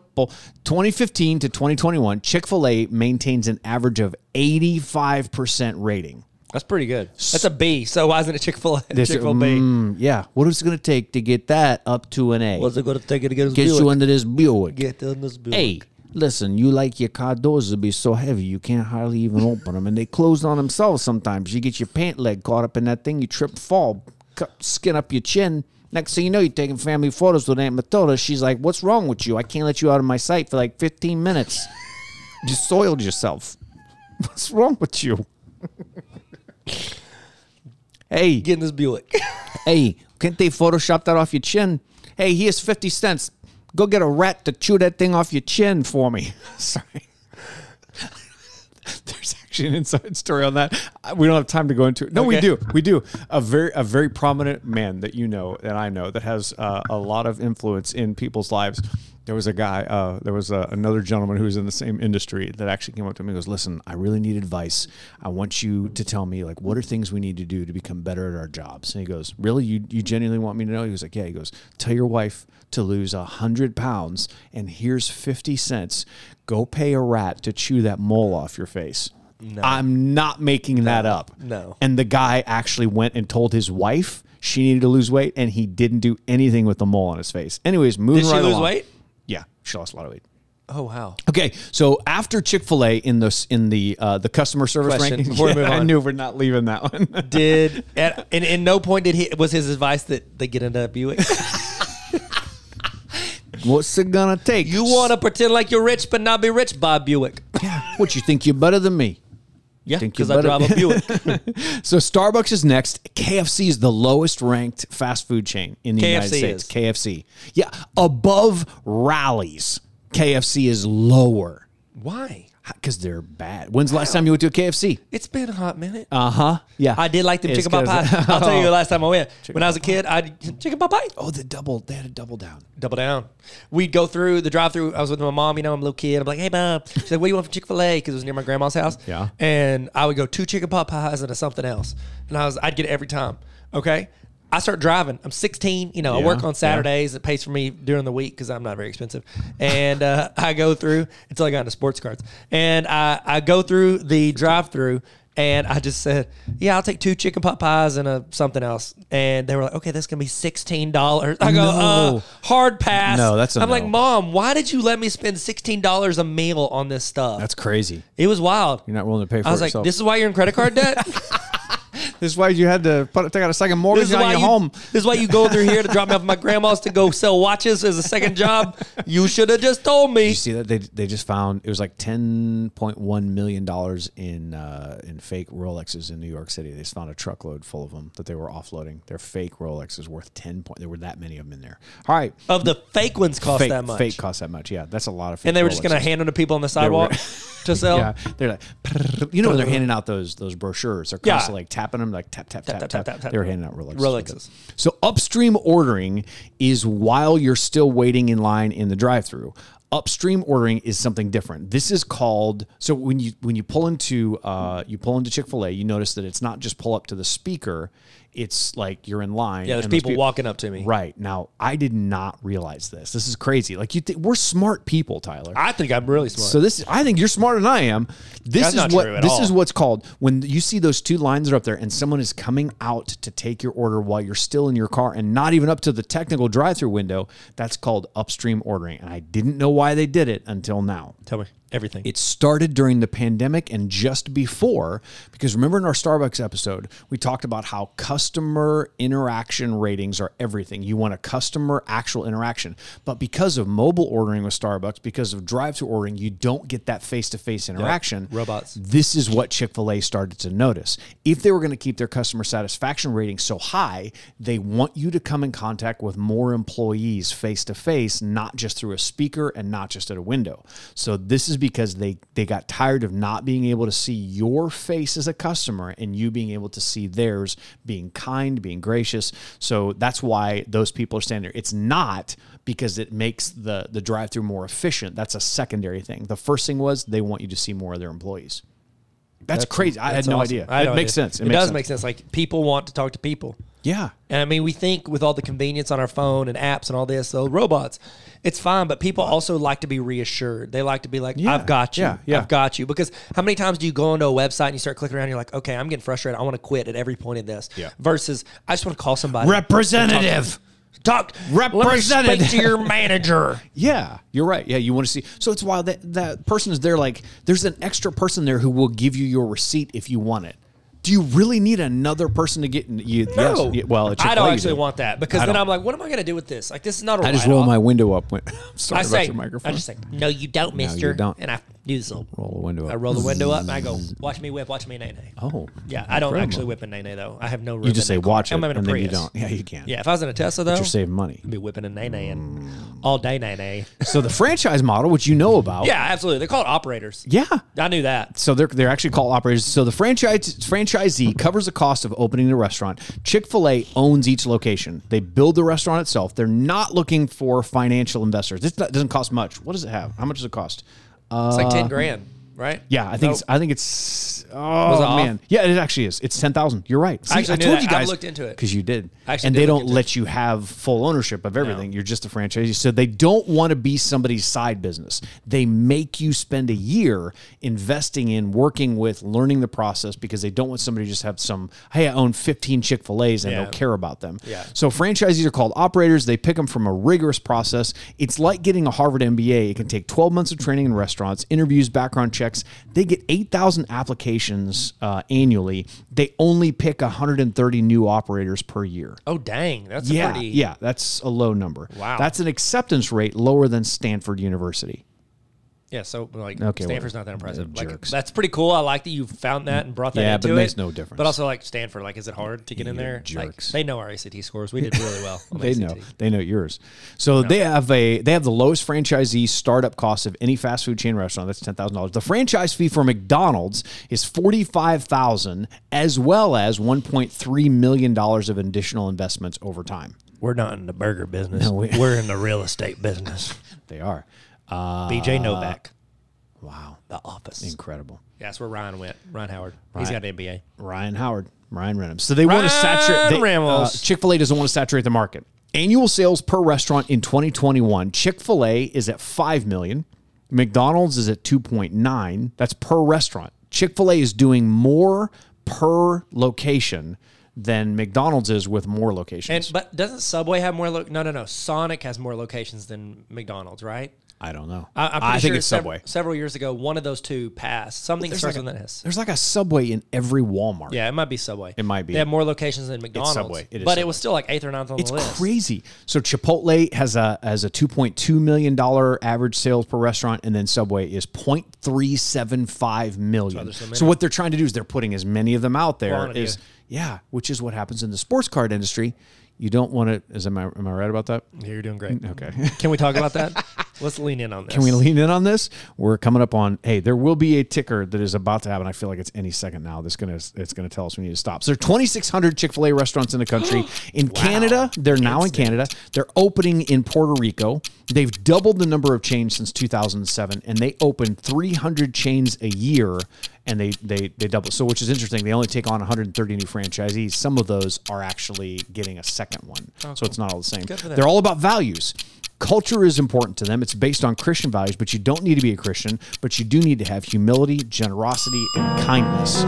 Speaker 1: 2015 to 2021, Chick fil A maintains an average of 85% rating.
Speaker 2: That's pretty good. That's a B. So why isn't it Chick-fil-A? Chick-fil-A.
Speaker 1: Mm, yeah. What is it going to take to get that up to an A?
Speaker 2: it going to take it to get us
Speaker 1: Get you under this Buick.
Speaker 2: Get on this Buick.
Speaker 1: hey, listen, you like your car doors to be so heavy you can't hardly even open them, and they close on themselves sometimes. You get your pant leg caught up in that thing, you trip, fall, cut, skin up your chin. Next thing you know, you're taking family photos with Aunt Matilda. She's like, "What's wrong with you? I can't let you out of my sight for like 15 minutes. You soiled yourself. What's wrong with you?" hey,
Speaker 2: Get in this Buick.
Speaker 1: Hey, can't they Photoshop that off your chin? Hey, here's 50 cents. Go get a rat to chew that thing off your chin for me. Sorry. There's actually an inside story on that. I- We don't have time to go into it. No, we
Speaker 2: Okay.
Speaker 1: do. We do. A very a very prominent man that you know and I know that has uh, a lot of influence in people's lives. There was a guy, uh, there was uh another gentleman who was in the same industry that actually came up to me and goes, Listen, I really need advice. I want you to tell me, like, what are things we need to do to become better at our jobs? And he goes, Really? You, you genuinely want me to know? He was like, Yeah. He goes, Tell your wife to lose 100 pounds, and here's 50 cents. Go pay a rat to chew that mole off your face. I'm not making that up.
Speaker 2: No.
Speaker 1: And the guy actually went and told his wife she needed to lose weight, and he didn't do anything with the mole on his face. Anyways, moving
Speaker 2: Did she
Speaker 1: right
Speaker 2: lose
Speaker 1: along.
Speaker 2: weight?
Speaker 1: Yeah, she lost a lot of weight.
Speaker 2: Oh wow.
Speaker 1: Okay, so after Chick Fil A in the in the uh, the customer service
Speaker 2: Question,
Speaker 1: ranking,
Speaker 2: before we move
Speaker 1: I
Speaker 2: on.
Speaker 1: knew we're not leaving that one.
Speaker 2: Did at and in no point did he was his advice that they get into a Buick.
Speaker 1: What's it gonna take?
Speaker 2: You want to pretend like you're rich but not be rich, Bob Buick.
Speaker 1: what you think you're better than me?
Speaker 2: Yeah,
Speaker 1: Think you
Speaker 2: because I
Speaker 1: better-
Speaker 2: drive a Buick.
Speaker 1: So Starbucks is next. KFC is the lowest ranked fast food chain in the United
Speaker 2: KFC
Speaker 1: States.
Speaker 2: is.
Speaker 1: KFC. Yeah, above Rallies. KFC is lower
Speaker 2: Why?
Speaker 1: because they're bad. When's the last time you went to a KFC?
Speaker 2: It's been a hot minute.
Speaker 1: Uh huh. Yeah.
Speaker 2: I did like them
Speaker 1: It's
Speaker 2: chicken pot pie.
Speaker 1: 'cause-
Speaker 2: I'll tell you the last time I went. when I was a kid, I chicken pot pie.
Speaker 1: Oh, the double. They had a double down.
Speaker 2: Double down. We'd go through the drive through. I was with my mom, you know, I'm a little kid. I'm like, hey, mom. She's like, what do you want from Chick fil A? Because it was near my grandma's house.
Speaker 1: Yeah.
Speaker 2: And I would go two chicken pot pies and a something else. And I was, I'd get it every time. Okay. I start driving. I'm 16. You know, I
Speaker 1: Yeah,
Speaker 2: work
Speaker 1: yeah.
Speaker 2: on Saturdays. It pays for me during the week because I'm not very expensive. And uh, I go through until I got into sports cards. And I, I go through the drive through and I just said, yeah, I'll take two chicken pot pies and a something else. And they were like, okay, that's going to be $16. I go, uh,
Speaker 1: No.
Speaker 2: hard pass.
Speaker 1: No, that's a
Speaker 2: I'm like,
Speaker 1: no.
Speaker 2: mom, why did you let me spend $16 a meal on this stuff?
Speaker 1: That's crazy.
Speaker 2: it was wild.
Speaker 1: You're not willing to pay for
Speaker 2: I was
Speaker 1: it.
Speaker 2: like,
Speaker 1: so-
Speaker 2: this is why you're in credit card debt.
Speaker 1: This is why you had to put, take out a second mortgage
Speaker 2: this is why you, This is why you go through here to drop me off at my grandma's to go sell watches as a second job. You should have just told me.
Speaker 1: You see that they they just found it was like ten point one million dollars in uh, in fake Rolexes in New York City. They just found a truckload full of them that they were offloading. Their fake Rolexes worth ten point. There were that many of them in there. All right,
Speaker 2: Of the fake ones cost
Speaker 1: fake
Speaker 2: that much.
Speaker 1: fake cost that much. Yeah, that's a lot of. Fake
Speaker 2: And they were just going to
Speaker 1: Rolexes.
Speaker 2: hand them to people on the sidewalk to sell.
Speaker 1: Yeah, they're like, "Prrr." you know, when they're handing out those those brochures. They're
Speaker 2: Yeah.
Speaker 1: constantly like tapping them, like tap tap tap tap.
Speaker 2: tap, tap, tap,
Speaker 1: They're
Speaker 2: tap.
Speaker 1: handing out Rolexes.
Speaker 2: Rolexes.
Speaker 1: So upstream ordering is while you're still waiting in line in the drive-through. Upstream ordering is something different. This is called so when you when you pull into uh, you pull into Chick Fil A, you notice that it's not just pull up to the speaker. It's like you're in line.
Speaker 2: Yeah, there's
Speaker 1: and those
Speaker 2: people
Speaker 1: peop-
Speaker 2: walking up to me.
Speaker 1: Right now, I did not realize this. This is crazy. Like you, th- we're smart people, Tyler.
Speaker 2: I think I'm really smart.
Speaker 1: So this, I think you're smarter than I am. This
Speaker 2: That's
Speaker 1: is
Speaker 2: not
Speaker 1: what
Speaker 2: true at
Speaker 1: this
Speaker 2: all.
Speaker 1: is what's called when you see those two lines that are up there, and someone is coming out to take your order while you're still in your car and not even up to the technical drive-through window. That's called upstream ordering, and I didn't know why they did it until now.
Speaker 2: tell me everything.
Speaker 1: It started during the pandemic and just before, because remember in our Starbucks episode, we talked about how customer interaction ratings are everything. You want a customer actual interaction. But because of mobile ordering with Starbucks, because of drive through ordering, you don't get that face to face interaction.
Speaker 2: Robots.
Speaker 1: This is what Chick fil A started to notice. If they were going to keep their customer satisfaction rating so high, they want you to come in contact with more employees face to face, not just through a speaker and not just at a window. So this is because they, they got tired of not being able to see your face as a customer and you being able to see theirs, being kind, being gracious. So that's why those people are standing there. It's not because it makes the, the drive through more efficient. That's a secondary thing. The first thing was they want you to see more of their employees. That's, crazy. I had
Speaker 2: That's
Speaker 1: no
Speaker 2: awesome.
Speaker 1: idea.
Speaker 2: I had
Speaker 1: it
Speaker 2: no
Speaker 1: makes
Speaker 2: idea.
Speaker 1: sense.
Speaker 2: It,
Speaker 1: makes
Speaker 2: does
Speaker 1: sense.
Speaker 2: make sense. Like people want to talk to people.
Speaker 1: Yeah.
Speaker 2: And I mean, we think with all the convenience on our phone and apps and all this, so robots, it's fine. But people also like to be reassured. They like to be like,
Speaker 1: Yeah,
Speaker 2: "I've got you,
Speaker 1: yeah, yeah.
Speaker 2: I've got you." Because how many times do you go onto a website and you start clicking around? And you're like, "Okay, I'm getting frustrated. I want to quit at every point of this."
Speaker 1: Yeah.
Speaker 2: Versus, I just want to call somebody.
Speaker 1: Representative.
Speaker 2: Talk. let me
Speaker 1: Representative.
Speaker 2: speak to your manager.
Speaker 1: Yeah, you're right. Yeah, you want to see. So it's why that that person is there. Like, there's an extra person there who will give you your receipt if you want it. Do you really need another person to get you?
Speaker 2: No.
Speaker 1: Yes. Yeah, well, at
Speaker 2: I don't
Speaker 1: Chick-fil-A you
Speaker 2: actually
Speaker 1: do.
Speaker 2: want that because
Speaker 1: I
Speaker 2: then
Speaker 1: don't.
Speaker 2: I'm like, "What am I going to do with this? Like, this is not a
Speaker 1: I just
Speaker 2: write-off.
Speaker 1: roll my window up. When, I'm sorry
Speaker 2: I
Speaker 1: about
Speaker 2: say,
Speaker 1: your
Speaker 2: I
Speaker 1: microphone.
Speaker 2: just say, no, you don't, mister.
Speaker 1: don't.
Speaker 2: And I do this little
Speaker 1: roll the window up.
Speaker 2: I roll the wingo up and I go,
Speaker 1: Mm.
Speaker 2: watch me whip, watch me nay nay.
Speaker 1: Oh,
Speaker 2: Yeah, I don't
Speaker 1: incredible.
Speaker 2: actually whip a nay nay though. I have no room.
Speaker 1: You just say
Speaker 2: in that car.
Speaker 1: watch it,
Speaker 2: I'm in a
Speaker 1: and then you
Speaker 2: Prius.
Speaker 1: don't. Yeah, you can.
Speaker 2: Yeah, if I was in a Tesla though,
Speaker 1: you're Mm. saving money.
Speaker 2: I'd be whipping a nay nay and all day nay nay.
Speaker 1: So the franchise model, which you know about.
Speaker 2: Yeah, absolutely. They're called operators.
Speaker 1: Oh. Yeah.
Speaker 2: I knew that.
Speaker 1: so they're, they're actually called operators. So the franchise franchisee covers the cost of opening the restaurant. Chick fil A owns each location. They build the restaurant itself. They're not looking for financial investors. This doesn't cost much. What does it have? How much does it cost?
Speaker 2: It's like ten grand, right?
Speaker 1: Uh, Yeah, I think it's,
Speaker 2: Nope.
Speaker 1: I think it's oh
Speaker 2: it off?
Speaker 1: man, yeah, it actually is. It's ten thousand. You're right. See,
Speaker 2: I actually
Speaker 1: I
Speaker 2: knew
Speaker 1: told
Speaker 2: that.
Speaker 1: you
Speaker 2: I've
Speaker 1: guys
Speaker 2: looked into it.
Speaker 1: because you did,
Speaker 2: I actually
Speaker 1: and
Speaker 2: did
Speaker 1: they
Speaker 2: look
Speaker 1: don't
Speaker 2: into
Speaker 1: let you have full ownership of everything.
Speaker 2: No.
Speaker 1: You're just a franchisee, so they don't want to be somebody's side business. They make you spend a year investing in working with, learning the process because they don't want somebody to just have some. Hey, I own fifteen Chick Fil A's and
Speaker 2: Yeah.
Speaker 1: don't care about them.
Speaker 2: Yeah.
Speaker 1: So franchisees are called operators. They pick them from a rigorous process. It's like getting a Harvard MBA. It can take 12 months of training in restaurants, interviews, background checks. They get 8,000 applications uh, annually. They only pick 130 new operators per year.
Speaker 2: Oh dang, that's
Speaker 1: Yeah,
Speaker 2: a pretty
Speaker 1: yeah, that's a low number.
Speaker 2: Wow.
Speaker 1: That's an acceptance rate lower than Stanford University.
Speaker 2: Yeah, so like
Speaker 1: Okay,
Speaker 2: Stanford's
Speaker 1: whatever.
Speaker 2: not that impressive.
Speaker 1: They're
Speaker 2: Like
Speaker 1: jerks.
Speaker 2: that's pretty cool. I like that you found that and brought that.
Speaker 1: Yeah,
Speaker 2: into
Speaker 1: but it makes no difference.
Speaker 2: But also like Stanford, like is it hard to get in
Speaker 1: You
Speaker 2: there? Like,
Speaker 1: jerks.
Speaker 2: they know our ACT scores. We did really well. on
Speaker 1: They
Speaker 2: ACT.
Speaker 1: know. They know yours. So they have a they have the lowest franchisee startup cost of any fast food chain restaurant. That's ten thousand dollars. The franchise fee for McDonald's is forty five thousand, as well as one point three million dollars of additional investments over time.
Speaker 2: We're not in the burger business.
Speaker 1: we-
Speaker 2: we- are in the real estate business.
Speaker 1: They are. Uh,
Speaker 2: BJ Novak,
Speaker 1: wow,
Speaker 2: the office.
Speaker 1: incredible.
Speaker 2: That's where Ryan went. Ryan Howard. He's got an MBA.
Speaker 1: Ryan Howard, Ryan Reynolds. So they want to
Speaker 2: Ryan
Speaker 1: saturate. They,
Speaker 2: Reynolds.
Speaker 1: Chick Fil A doesn't want to saturate the market. Annual sales per restaurant in 2021. Chick Fil A is at five million. McDonald's is at 2.9. That's per restaurant. Chick Fil A is doing more per location than McDonald's is with more locations.
Speaker 2: And but doesn't Subway have more? Lo- no, no, no. Sonic has more locations than McDonald's, right?
Speaker 1: I don't know.
Speaker 2: I, I'm pretty
Speaker 1: think
Speaker 2: sure
Speaker 1: it's
Speaker 2: sev-
Speaker 1: Subway.
Speaker 2: Several years ago, one of those two passed. Something starts with an S.
Speaker 1: There's like a Subway in every Walmart.
Speaker 2: Yeah, it might be Subway. It
Speaker 1: might be.
Speaker 2: They have more locations than McDonald's.
Speaker 1: Subway. It is
Speaker 2: but
Speaker 1: Subway.
Speaker 2: it was still like eighth or ninth on
Speaker 1: It's
Speaker 2: the list.
Speaker 1: crazy. So Chipotle has a has a two point two million dollar average sales per restaurant, and then Subway is 0.375 million. So, what they're trying to do is they're putting as many of them out there
Speaker 2: Quantity.
Speaker 1: is- yeah, which is what happens in the sports card industry. You don't want to. Is am I am I right about that?
Speaker 2: Yeah, you're doing great.
Speaker 1: Mm, Okay.
Speaker 2: Can we talk about that? Let's lean in on this.
Speaker 1: Can we lean in on this? We're coming up on. Hey, there will be a ticker that is about to happen. I feel like it's any second now. That's gonna it's gonna tell us we need to stop. So there are 2,600 Chick Fil A restaurants in the country. In Canada, they're now in Canada. They're opening in Puerto Rico. They've doubled the number of chains since 2007, and they open 300 chains a year. And they they they double. So which is interesting. They only take on 130 new franchisees. Some of those are actually getting a second one. so it's not all the same.
Speaker 2: for them.
Speaker 1: They're all about values. Culture is important to them. It's based on Christian values, but you don't need to be a Christian, but you do need to have humility, generosity, and kindness.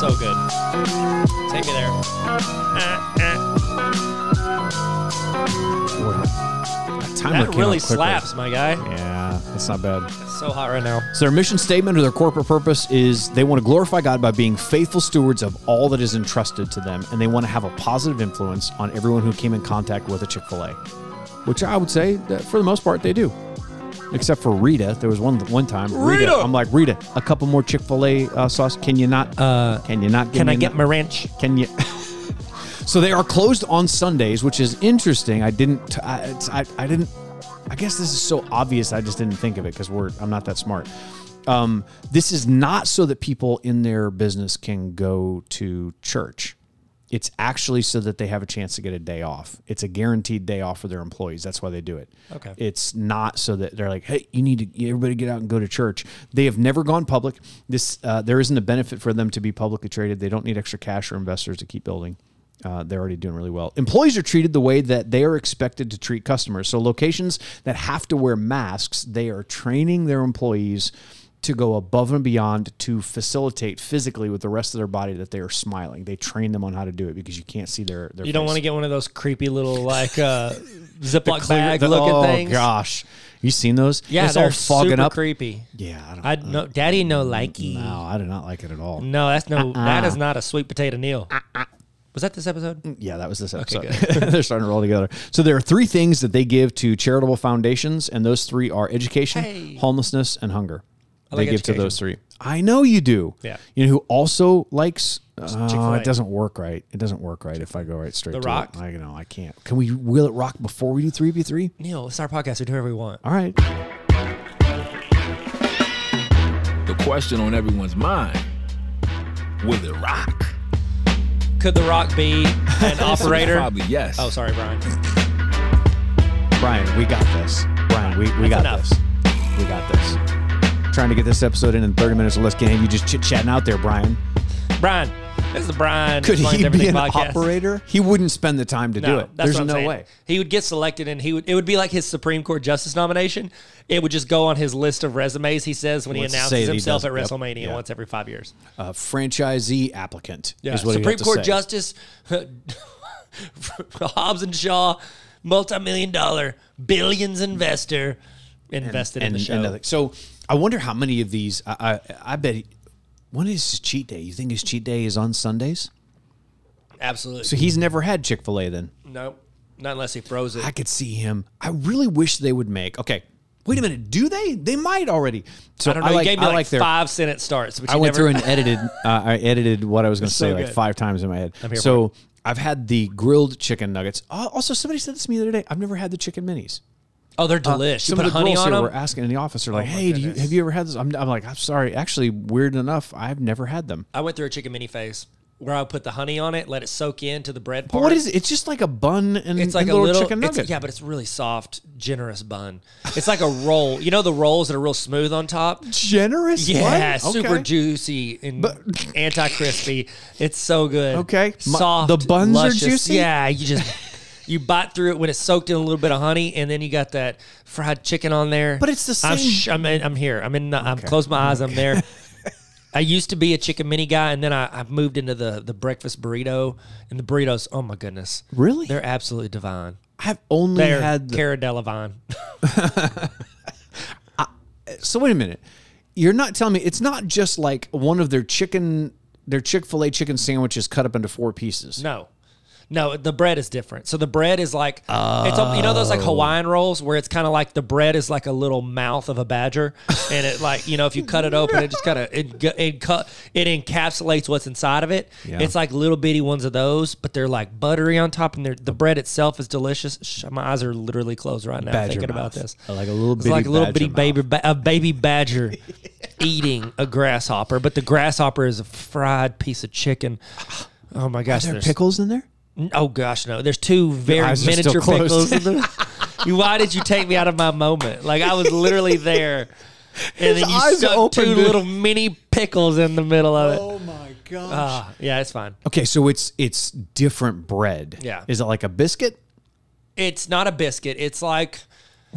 Speaker 2: So good. Take me there.
Speaker 1: Boy, that timer
Speaker 2: That
Speaker 1: came
Speaker 2: really
Speaker 1: up quickly.
Speaker 2: slaps, my guy.
Speaker 1: Yeah, that's not bad.
Speaker 2: It's so hot right now.
Speaker 1: So their mission statement or their corporate purpose is they want to glorify God by being faithful stewards of all that is entrusted to them, and they want to have a positive influence on everyone who came in contact with a Chick Fil A, which I would say that for the most part they do, except for Rita. There was one one time Rita.
Speaker 2: Rita!
Speaker 1: I'm like Rita, a couple more Chick Fil A uh, sauce. Can you not? Uh, can you not?
Speaker 2: Can
Speaker 1: me
Speaker 2: I get
Speaker 1: no-
Speaker 2: my wrench?
Speaker 1: Can you? so they are closed on Sundays, which is interesting. I didn't. I, it's- I, I didn't. I guess this is so obvious. I just didn't think of it because we're. I'm not that smart. Um, this is not so that people in their business can go to church. It's actually so that they have a chance to get a day off. It's a guaranteed day off for their employees. That's why they do it.
Speaker 2: Okay.
Speaker 1: It's not so that they're like, hey, you need to everybody get out and go to church. They have never gone public. This uh, there isn't a benefit for them to be publicly traded. They don't need extra cash or investors to keep building. Uh, they're already doing really well. Employees are treated the way that they are expected to treat customers. So locations that have to wear masks, they are training their employees to go above and beyond to facilitate physically with the rest of their body that they are smiling. They train them on how to do it because you can't see their. their
Speaker 2: You don't
Speaker 1: face.
Speaker 2: want to get one of those creepy little like uh, Ziploc
Speaker 1: Clear-
Speaker 2: bag
Speaker 1: the-
Speaker 2: looking
Speaker 1: oh,
Speaker 2: things.
Speaker 1: gosh, you seen those?
Speaker 2: Yeah,
Speaker 1: it's
Speaker 2: they're
Speaker 1: all fogging
Speaker 2: super
Speaker 1: up.
Speaker 2: creepy.
Speaker 1: Yeah, I don't.
Speaker 2: I Mm. no, Daddy no likey.
Speaker 1: no, Uh-uh. I do not like it at all.
Speaker 2: No, that's no. That is not a sweet potato meal.
Speaker 1: Uh-uh.
Speaker 2: Was that this episode?
Speaker 1: Yeah, that was this episode. They're starting to roll together. So there are three things that they give to charitable foundations, and those three are education, homelessness, and hunger. they
Speaker 2: like
Speaker 1: give to
Speaker 2: education.
Speaker 1: those three. I know you do.
Speaker 2: Yeah.
Speaker 1: You know who also likes? Oh,
Speaker 2: Chick-fil-A.
Speaker 1: it doesn't work right. It doesn't work right if I go right straight.
Speaker 2: The
Speaker 1: to
Speaker 2: Rock?
Speaker 1: It. I know I can't. Can we wheel it rock before we do three v three?
Speaker 2: Neil, it's our podcast. We do whatever we want.
Speaker 1: All right.
Speaker 3: The question on everyone's mind will it rock?
Speaker 2: Could The Rock be an operator?
Speaker 3: Probably yes.
Speaker 2: Oh, sorry, Brian.
Speaker 1: Brian, we got this. Brian, we, we got
Speaker 2: enough.
Speaker 1: this. We got this. Trying to get this episode in in 30 minutes or less. Can you just chit chatting out there, Brian?
Speaker 2: Brian, this is the Brian.
Speaker 1: Could
Speaker 2: Explains
Speaker 1: he be
Speaker 2: Everything
Speaker 1: an
Speaker 2: podcast.
Speaker 1: operator? He wouldn't spend the time to do it.
Speaker 2: that's
Speaker 1: There's
Speaker 2: what I'm
Speaker 1: no
Speaker 2: saying.
Speaker 1: way.
Speaker 2: He would get selected and he would it would be like his Supreme Court justice nomination. It would just go on his list of resumes he says when he
Speaker 1: Let's say
Speaker 2: announces
Speaker 1: that he
Speaker 2: himself
Speaker 1: does
Speaker 2: at
Speaker 1: it. Yep.
Speaker 2: WrestleMania
Speaker 1: Yeah.
Speaker 2: once every five years.
Speaker 1: A franchisee applicant is what
Speaker 2: Supreme
Speaker 1: you
Speaker 2: Court
Speaker 1: have to say.
Speaker 2: Justice Hobbs and Shaw, multi-million dollar, billions investor invested in
Speaker 1: and,
Speaker 2: the show.
Speaker 1: and other- so I wonder how many of these. I I, I bet. he- when is his cheat day? You think his cheat day is on Sundays?
Speaker 2: Absolutely.
Speaker 1: So he's never had Chick Fil A then.
Speaker 2: no. Not unless he froze it.
Speaker 1: I could see him. I really wish they would make. Okay, wait a minute. Do they? They might already. So
Speaker 2: I don't know.
Speaker 1: like,
Speaker 2: you gave me
Speaker 1: I
Speaker 2: like,
Speaker 1: like their-
Speaker 2: five sentence starts. Which
Speaker 1: I
Speaker 2: you
Speaker 1: went
Speaker 2: never,
Speaker 1: through and edited. Uh, I edited what I was going to say
Speaker 2: so
Speaker 1: like
Speaker 2: good.
Speaker 1: five times in my head.
Speaker 2: here
Speaker 1: so I've had the grilled chicken nuggets. Uh, also, somebody said this to me the other day. I've never had the chicken minis.
Speaker 2: Oh, they're delish. you
Speaker 1: Uh, Some
Speaker 2: put
Speaker 1: of the
Speaker 2: honey
Speaker 1: girls
Speaker 2: on
Speaker 1: here
Speaker 2: them. Oh
Speaker 1: were asking in the office. They're like, "Hey, do you,
Speaker 2: goodness.
Speaker 1: have you ever had this?" I'm, I'm like, "I'm sorry. Actually, weird enough, I've never had them."
Speaker 2: I went through a chicken mini phase where I would put the honey on it, let it soak into the bread part.
Speaker 1: What is it? It's just like a bun and
Speaker 2: It's like
Speaker 1: and
Speaker 2: a
Speaker 1: little,
Speaker 2: little
Speaker 1: chicken
Speaker 2: it's-
Speaker 1: nugget.
Speaker 2: yeah, but it's really soft, generous bun. It's like a roll. You know the rolls that are real smooth on top.
Speaker 1: generous.
Speaker 2: Yeah,
Speaker 1: What?
Speaker 2: super
Speaker 1: Okay.
Speaker 2: juicy and anti crispy. It's so good.
Speaker 1: Okay. My-
Speaker 2: soft.
Speaker 1: the buns are
Speaker 2: luscious.
Speaker 1: juicy?
Speaker 2: Yeah, you just you bite through it when it's soaked in a little bit of honey, and then you got that fried chicken on there.
Speaker 1: But it's the
Speaker 2: I'm,
Speaker 1: same-
Speaker 2: sh- I'm, in- I'm here. I'm in. The, I'm closed my eyes. I'm there. I used to be a chicken mini guy, and then I, I moved into the the breakfast burrito. And the burritos, oh my goodness,
Speaker 1: Really?
Speaker 2: They're absolutely divine.
Speaker 1: I've only
Speaker 2: They're
Speaker 1: had. The,
Speaker 2: Cara Delevingne.
Speaker 1: so wait a minute. You're not telling me it's not just like one of their chicken, their Chick Fil A chicken sandwiches cut up into four pieces.
Speaker 2: No. No, the bread is different. So the bread is like it's a- you know those like Hawaiian
Speaker 1: Oh.
Speaker 2: rolls where it's kind of like the bread is like a little mouth of a badger, and it like you know if you cut it open, it just kind of it gu- it cut it encapsulates what's inside of it.
Speaker 1: Yeah.
Speaker 2: It's like little bitty ones of those, but they're like buttery on top, and they're, the bread itself is delicious. Sh- my eyes are literally closed right now
Speaker 1: Badger
Speaker 2: thinking about
Speaker 1: mouth.
Speaker 2: this.
Speaker 1: I like a little
Speaker 2: It's
Speaker 1: bitty
Speaker 2: like a little
Speaker 1: badger
Speaker 2: bitty
Speaker 1: mouth.
Speaker 2: baby ba- a baby badger eating a grasshopper, but the grasshopper is a fried piece of chicken. Oh my gosh,
Speaker 1: There are
Speaker 2: there's-
Speaker 1: pickles in there?
Speaker 2: Oh gosh, no. There's two very
Speaker 1: eyes are still
Speaker 2: miniature
Speaker 1: closed.
Speaker 2: pickles. in there. You- Why did you take me out of my moment? Like I was literally there, and
Speaker 1: His
Speaker 2: then you
Speaker 1: eyes
Speaker 2: stuck
Speaker 1: opened,
Speaker 2: two
Speaker 1: dude.
Speaker 2: little mini pickles in the middle of it.
Speaker 1: my god.
Speaker 2: Ah, yeah, it's fine.
Speaker 1: Okay, so it's it's different bread.
Speaker 2: Yeah.
Speaker 1: Is it like a biscuit?
Speaker 2: It's not a biscuit. It's like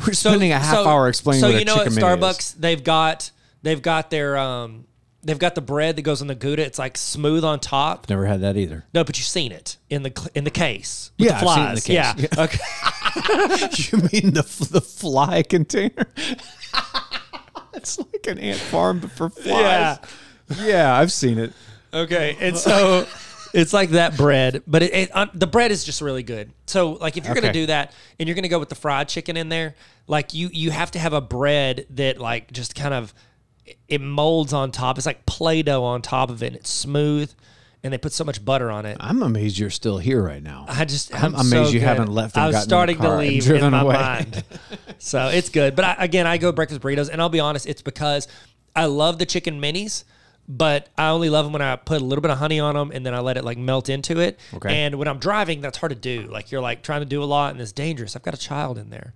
Speaker 1: We're spending a half hour explaining
Speaker 2: So
Speaker 1: what a
Speaker 2: you know at
Speaker 1: chicken mini
Speaker 2: Starbucks
Speaker 1: is.
Speaker 2: they've got they've got their um they've got the bread that goes in the gouda. It's like smooth on top.
Speaker 1: Never had that either.
Speaker 2: No, but you've seen it in the cl- in the case. With
Speaker 1: Yeah,
Speaker 2: the
Speaker 1: I've seen it in
Speaker 2: flies.
Speaker 1: the case.
Speaker 2: Yeah.
Speaker 1: Yeah.
Speaker 2: Okay.
Speaker 1: you mean the the fly container? it's like an ant farm but for flies. Yeah. yeah, I've seen it.
Speaker 2: Okay, and so it's like that bread, but it, it um, the bread is just really good. So like if you're gonna
Speaker 1: Okay.
Speaker 2: do that and you're gonna go with the fried chicken in there, like you you have to have a bread that like just kind of it molds on top. It's like play-doh on top of it. And it's smooth, and they put so much butter on it.
Speaker 1: I'm amazed you're still here right now.
Speaker 2: I just
Speaker 1: I'm
Speaker 2: I'm,
Speaker 1: amazed
Speaker 2: so
Speaker 1: you
Speaker 2: good.
Speaker 1: haven't left and
Speaker 2: I was
Speaker 1: gotten in the
Speaker 2: starting
Speaker 1: car
Speaker 2: to
Speaker 1: and
Speaker 2: leave
Speaker 1: driven
Speaker 2: in my
Speaker 1: away.
Speaker 2: mind, so it's good. But I, again, I go breakfast burritos, and I'll be honest, it's because I love the chicken minis, but I only love them when I put a little bit of honey on them, and then I let it like melt into it.
Speaker 1: Okay.
Speaker 2: And when I'm driving, that's hard to do. Like you're like trying to do a lot, and it's dangerous. I've got a child in there.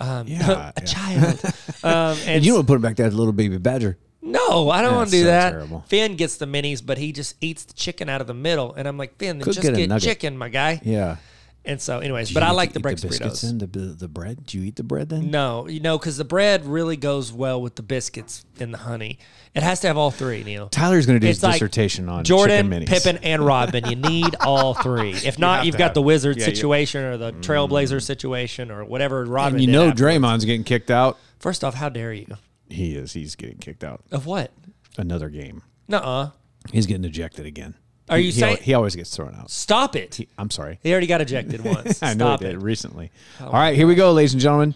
Speaker 2: Um,
Speaker 1: Yeah,
Speaker 2: a
Speaker 1: yeah.
Speaker 2: child. Um, and
Speaker 1: You don't put it back there, little baby badger.
Speaker 2: no, I don't
Speaker 1: That's
Speaker 2: want to do
Speaker 1: so
Speaker 2: that.
Speaker 1: terrible.
Speaker 2: Finn gets the minis, but he just eats the chicken out of the middle, and I'm like, Finn, then
Speaker 1: Could
Speaker 2: just
Speaker 1: get a
Speaker 2: get,
Speaker 1: nugget.
Speaker 2: chicken, my guy.
Speaker 1: Yeah.
Speaker 2: And so, anyways, but I like the breakfast burritos.
Speaker 1: and the, the bread. Do you eat the bread then?
Speaker 2: No, you know, because the bread really goes well with the biscuits and the honey. It has to have all three, Neil.
Speaker 1: Tyler's going to do his
Speaker 2: It's like
Speaker 1: dissertation on
Speaker 2: Jordan,
Speaker 1: chicken minis.
Speaker 2: Pippen, and Rodman. You need all three. If
Speaker 1: have
Speaker 2: not, you
Speaker 1: to
Speaker 2: have got
Speaker 1: have-
Speaker 2: the Wizard
Speaker 1: yeah, you-
Speaker 2: situation or the Trailblazer situation or whatever
Speaker 1: Mm.
Speaker 2: Rodman.
Speaker 1: And you
Speaker 2: did
Speaker 1: know
Speaker 2: after.
Speaker 1: Draymond's getting kicked out.
Speaker 2: First off, how dare you?
Speaker 1: He is. He's getting kicked out.
Speaker 2: Of what?
Speaker 1: Another game.
Speaker 2: Nuh-uh.
Speaker 1: He's getting ejected again.
Speaker 2: Are
Speaker 1: He-
Speaker 2: you
Speaker 1: he al-
Speaker 2: saying-
Speaker 1: he always gets thrown out?
Speaker 2: Stop it. He,
Speaker 1: I'm sorry.
Speaker 2: already got ejected once.
Speaker 1: I
Speaker 2: Stop
Speaker 1: know he
Speaker 2: it.
Speaker 1: did recently. All right, here we go, ladies and gentlemen.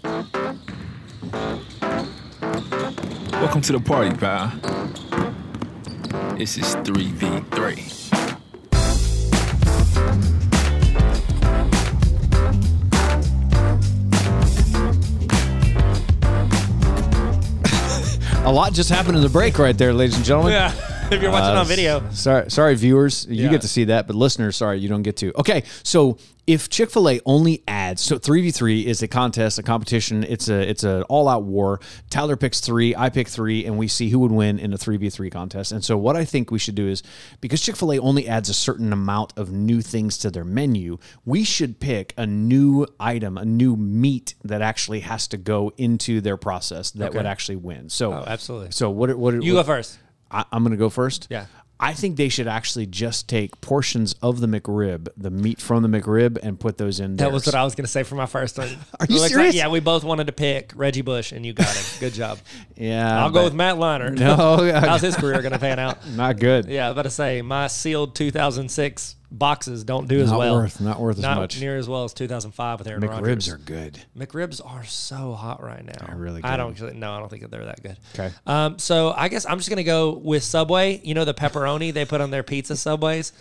Speaker 3: Welcome to the party, pal. This is 3v3.
Speaker 1: A lot just happened in the break right there, ladies and gentlemen.
Speaker 2: Yeah. if you're watching
Speaker 1: Uh,
Speaker 2: on video.
Speaker 1: Sorry, sorry, viewers. You
Speaker 2: Yeah.
Speaker 1: get to see that, but listeners, sorry, you don't get to. Okay, so if Chick Fil A only adds, so three v three is a contest, a competition. It's a it's an all out war. Tyler picks three, I pick three, and we see who would win in a three v three contest. And so what I think we should do is because Chick Fil A only adds a certain amount of new things to their menu, we should pick a new item, a new meat that actually has to go into their process that would actually win. So
Speaker 2: Oh, absolutely.
Speaker 1: So what are- what are-
Speaker 2: You go first.
Speaker 1: I, I'm going to go first.
Speaker 2: Yeah.
Speaker 1: I think they should actually just take portions of the McRib, the meat from the McRib, and put those in.
Speaker 2: That was what I was going to say for my first one.
Speaker 1: Are you
Speaker 2: It looks like-
Speaker 1: serious?
Speaker 2: yeah, we both wanted to pick Reggie Bush, and you got him. Good job.
Speaker 1: Yeah,
Speaker 2: I'll go
Speaker 1: but
Speaker 2: with Matt Liner.
Speaker 1: Um, No, yeah.
Speaker 2: how's his career going to pan out?
Speaker 1: Not good.
Speaker 2: Yeah, I was about to say my sealed 2006 boxes don't do as
Speaker 1: Not
Speaker 2: well.
Speaker 1: worth- not worth as
Speaker 2: not
Speaker 1: much.
Speaker 2: Near as well as 2005 with Aaron Rodgers.
Speaker 1: McRibs are good.
Speaker 2: McRibs are so hot right now. I
Speaker 1: really
Speaker 2: I
Speaker 1: good.
Speaker 2: don't actually- no, I don't think that they're that good.
Speaker 1: Okay.
Speaker 2: Um, so I guess I'm just gonna go with Subway. You know the pepperoni they put on their pizza Subways.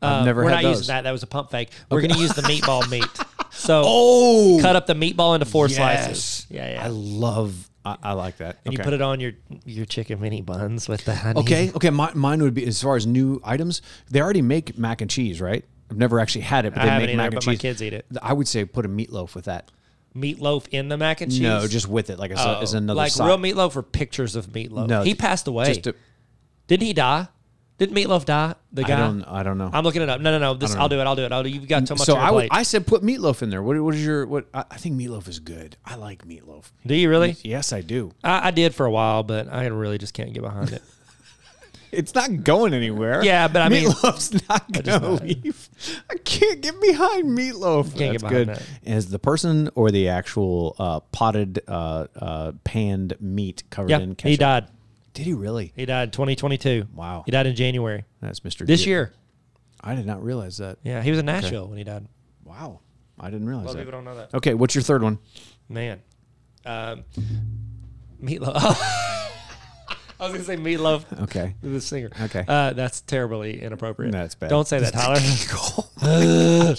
Speaker 2: Uh,
Speaker 1: I've never
Speaker 2: We're
Speaker 1: had
Speaker 2: not
Speaker 1: those.
Speaker 2: using that. That was a pump fake. We're gonna use the meatball meat. So
Speaker 1: Oh,
Speaker 2: cut up the meatball into four
Speaker 1: yes.
Speaker 2: slices. Yeah, yeah.
Speaker 1: I love. I, I like that.
Speaker 2: and you put it on your your chicken mini buns with the honey.
Speaker 1: Okay, okay. My, mine would be as far as new items. They already make mac and cheese, right? I've never actually had it, but
Speaker 2: I
Speaker 1: they
Speaker 2: haven't
Speaker 1: make
Speaker 2: either,
Speaker 1: mac and
Speaker 2: but
Speaker 1: cheese.
Speaker 2: my kids eat it.
Speaker 1: I would say put a meatloaf with that.
Speaker 2: Meatloaf in the mac and cheese. Oh.
Speaker 1: No, just with it, like as, a, as another
Speaker 2: like
Speaker 1: side.
Speaker 2: real meatloaf or pictures of meatloaf.
Speaker 1: No,
Speaker 2: he passed away.
Speaker 1: Just a,
Speaker 2: Didn't he die? Didn't meatloaf die? The
Speaker 1: I
Speaker 2: guy.
Speaker 1: don't. I don't know.
Speaker 2: I'm looking it up. No, no, no. This I'll do it. I'll do it. I'll do. You've got so much.
Speaker 1: so
Speaker 2: on your
Speaker 1: I would.
Speaker 2: plate.
Speaker 1: I said put meatloaf in there. What, what is your? What I, I think meatloaf is good. I like meatloaf.
Speaker 2: do you really?
Speaker 1: Yes, I do.
Speaker 2: I, I did for a while, but I really just can't get behind it.
Speaker 1: It's not going anywhere.
Speaker 2: Yeah, but I mean-
Speaker 1: meatloaf's not going to leave. I can't get behind meatloaf.
Speaker 2: Can't get
Speaker 1: That's
Speaker 2: behind
Speaker 1: good.
Speaker 2: that.
Speaker 1: Is the person or the actual uh, potted, uh, uh, panned meat covered
Speaker 2: yeah,
Speaker 1: in ketchup?
Speaker 2: he died.
Speaker 1: Did he really?
Speaker 2: He died 2022.
Speaker 1: Wow.
Speaker 2: He died in January
Speaker 1: That's Mr.
Speaker 2: this
Speaker 1: Ge-
Speaker 2: year.
Speaker 1: I did not realize that.
Speaker 2: Yeah, he was in Nashville when he died.
Speaker 1: Wow, I didn't realize
Speaker 2: lot of
Speaker 1: that.
Speaker 2: people don't know that.
Speaker 1: Okay, what's your third one?
Speaker 2: Man, um, meatloaf. I was gonna say meatloaf.
Speaker 1: Okay.
Speaker 2: The singer.
Speaker 1: Okay.
Speaker 2: Uh, that's terribly inappropriate.
Speaker 1: That's bad.
Speaker 2: Don't say that, Tyler.
Speaker 1: oh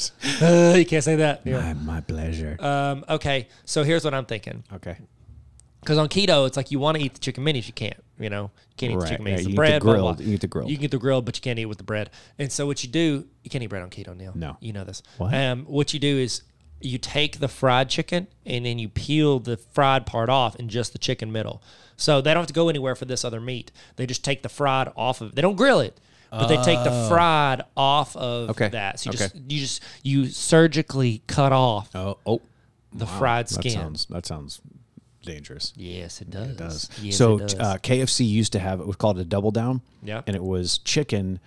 Speaker 2: Uh, you can't say that. Yeah.
Speaker 1: my, my pleasure.
Speaker 2: Um, okay, so here's what I'm thinking.
Speaker 1: okay.
Speaker 2: Because on keto, it's like you want to eat the chicken minis, you can't. You know, you can't eat
Speaker 1: Right,
Speaker 2: the chicken
Speaker 1: yeah,
Speaker 2: minis.
Speaker 1: you
Speaker 2: the
Speaker 1: eat the
Speaker 2: bread, blah, blah,
Speaker 1: grilled-
Speaker 2: blah.
Speaker 1: you eat the grilled.
Speaker 2: You can get the grilled, but you can't eat it with the bread. And so what you do, you can't eat bread on keto, Neil.
Speaker 1: No.
Speaker 2: you know this.
Speaker 1: What?
Speaker 2: Um, what you do is you take the fried chicken and then you peel the fried part off and just the chicken middle. So they don't have to go anywhere for this other meat. They just take the fried off of. They don't grill it. But they take the fried off of
Speaker 1: Oh. Okay,
Speaker 2: that. So you
Speaker 1: okay.
Speaker 2: just you just you surgically cut off
Speaker 1: Oh, oh,
Speaker 2: the fried
Speaker 1: that
Speaker 2: skin.
Speaker 1: sounds that sounds dangerous.
Speaker 2: yes, it does. It
Speaker 1: does.
Speaker 2: Yes,
Speaker 1: so
Speaker 2: it does.
Speaker 1: Uh, KFC used to have it was called a double down.
Speaker 2: Yeah.
Speaker 1: And it was chicken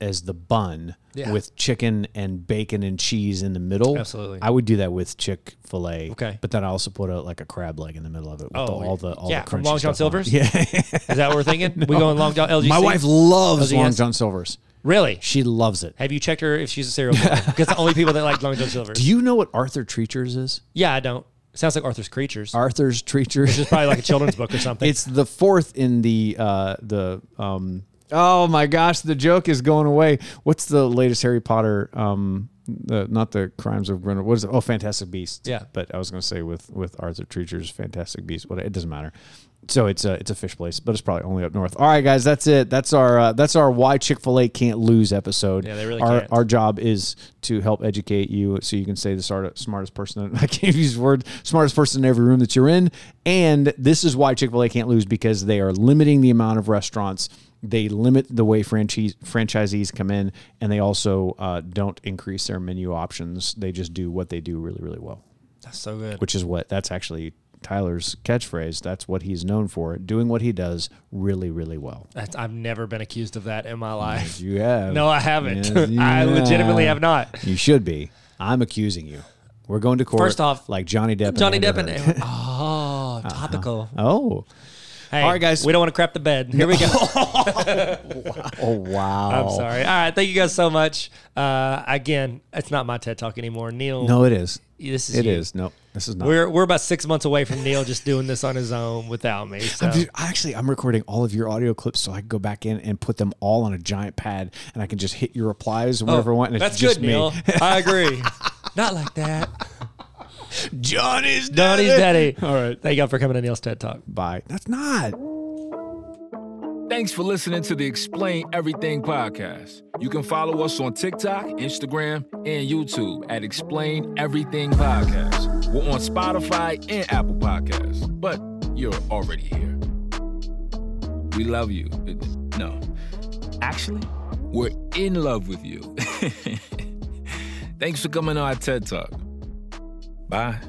Speaker 1: as the bun
Speaker 2: Yeah.
Speaker 1: with chicken and bacon and cheese in the middle.
Speaker 2: Absolutely.
Speaker 1: I would do that with Chick fil A.
Speaker 2: Okay. Oh,
Speaker 1: But then I also put a, like a crab leg in the middle of it with the, all the all
Speaker 2: yeah,
Speaker 1: the
Speaker 2: from
Speaker 1: crunchy
Speaker 2: Long John
Speaker 1: stuff on it.
Speaker 2: Silver's. Yeah, is that what we're thinking? We going Long John LGC.
Speaker 1: My wife loves
Speaker 2: LGS?
Speaker 1: Long John Silver's.
Speaker 2: really.
Speaker 1: She loves it.
Speaker 2: Have you checked her if she's a serial killer? Because the only people that like Long John Silver's.
Speaker 1: Do you know what Arthur Treacher's is?
Speaker 2: yeah, I don't. Sounds like Arthur's Creatures.
Speaker 1: Arthur's Treacher's.
Speaker 2: It's probably like a children's book or something.
Speaker 1: It's the fourth in the uh, the. Um, oh my gosh, the joke is going away. What's the latest Harry Potter? Um, the, not the Crimes of Grindelwald. What is it? Oh, Fantastic Beasts.
Speaker 2: Yeah.
Speaker 1: but I was going to say with with Arthur Treacher's Fantastic Beasts. What it doesn't matter. So it's a it's a fish place, but it's probably only up north. All right, guys, that's it. That's our uh, that's our why Chick Fil A can't lose episode.
Speaker 2: Yeah, they really
Speaker 1: our,
Speaker 2: can't.
Speaker 1: Our job is to help educate you, so you can say the smartest, smartest person. I can't use the word smartest person in every room that you're in. And this is why Chick Fil A can't lose because they are limiting the amount of restaurants. They limit the way franchise franchisees come in, and they also uh, don't increase their menu options. They just do what they do really, really well
Speaker 2: That's so good.
Speaker 1: which is what that's actually Tyler's catchphrase. That's what he's known for, doing what he does really, really well.
Speaker 2: That's, I've never been accused of that in my life.
Speaker 1: You have.
Speaker 2: No, I haven't.
Speaker 1: Yes, you
Speaker 2: I legitimately have not.
Speaker 1: You should be. I'm accusing you. We're going to court.
Speaker 2: First off,
Speaker 1: like Johnny Depp. and
Speaker 2: Johnny
Speaker 1: Amber
Speaker 2: Depp and
Speaker 1: Heard.
Speaker 2: oh, topical.
Speaker 1: oh,
Speaker 2: Hey,
Speaker 1: All right, guys.
Speaker 2: We don't want to crap the bed. Here we go.
Speaker 1: oh wow.
Speaker 2: I'm sorry. All right, thank you guys so much. Uh, again, it's not my TED talk anymore. Neil,
Speaker 1: No, it is.
Speaker 2: this is
Speaker 1: It
Speaker 2: you.
Speaker 1: is. No, this is not.
Speaker 2: We're we're about six months away from Neil just doing this on his own without me. So.
Speaker 1: Dude, I actually, I'm recording all of your audio clips so I can go back in and put them all on a giant pad, and I can just hit your replies and whatever I want. And it's
Speaker 2: Oh, That's
Speaker 1: just
Speaker 2: good,
Speaker 1: me.
Speaker 2: Neil. I agree. Not like that.
Speaker 1: Johnny's daddy.
Speaker 2: Donnie's daddy.
Speaker 1: All right.
Speaker 2: Thank y'all for coming to Neil's TED Talk.
Speaker 1: Bye. That's not.
Speaker 3: Thanks for listening to the Explain Everything podcast. You can follow us on TikTok, Instagram, and YouTube at Explain Everything Podcast. We're on Spotify and Apple Podcasts, but you're already here. We love you. No, actually, we're in love with you. Thanks for coming on our TED Talk. Bye.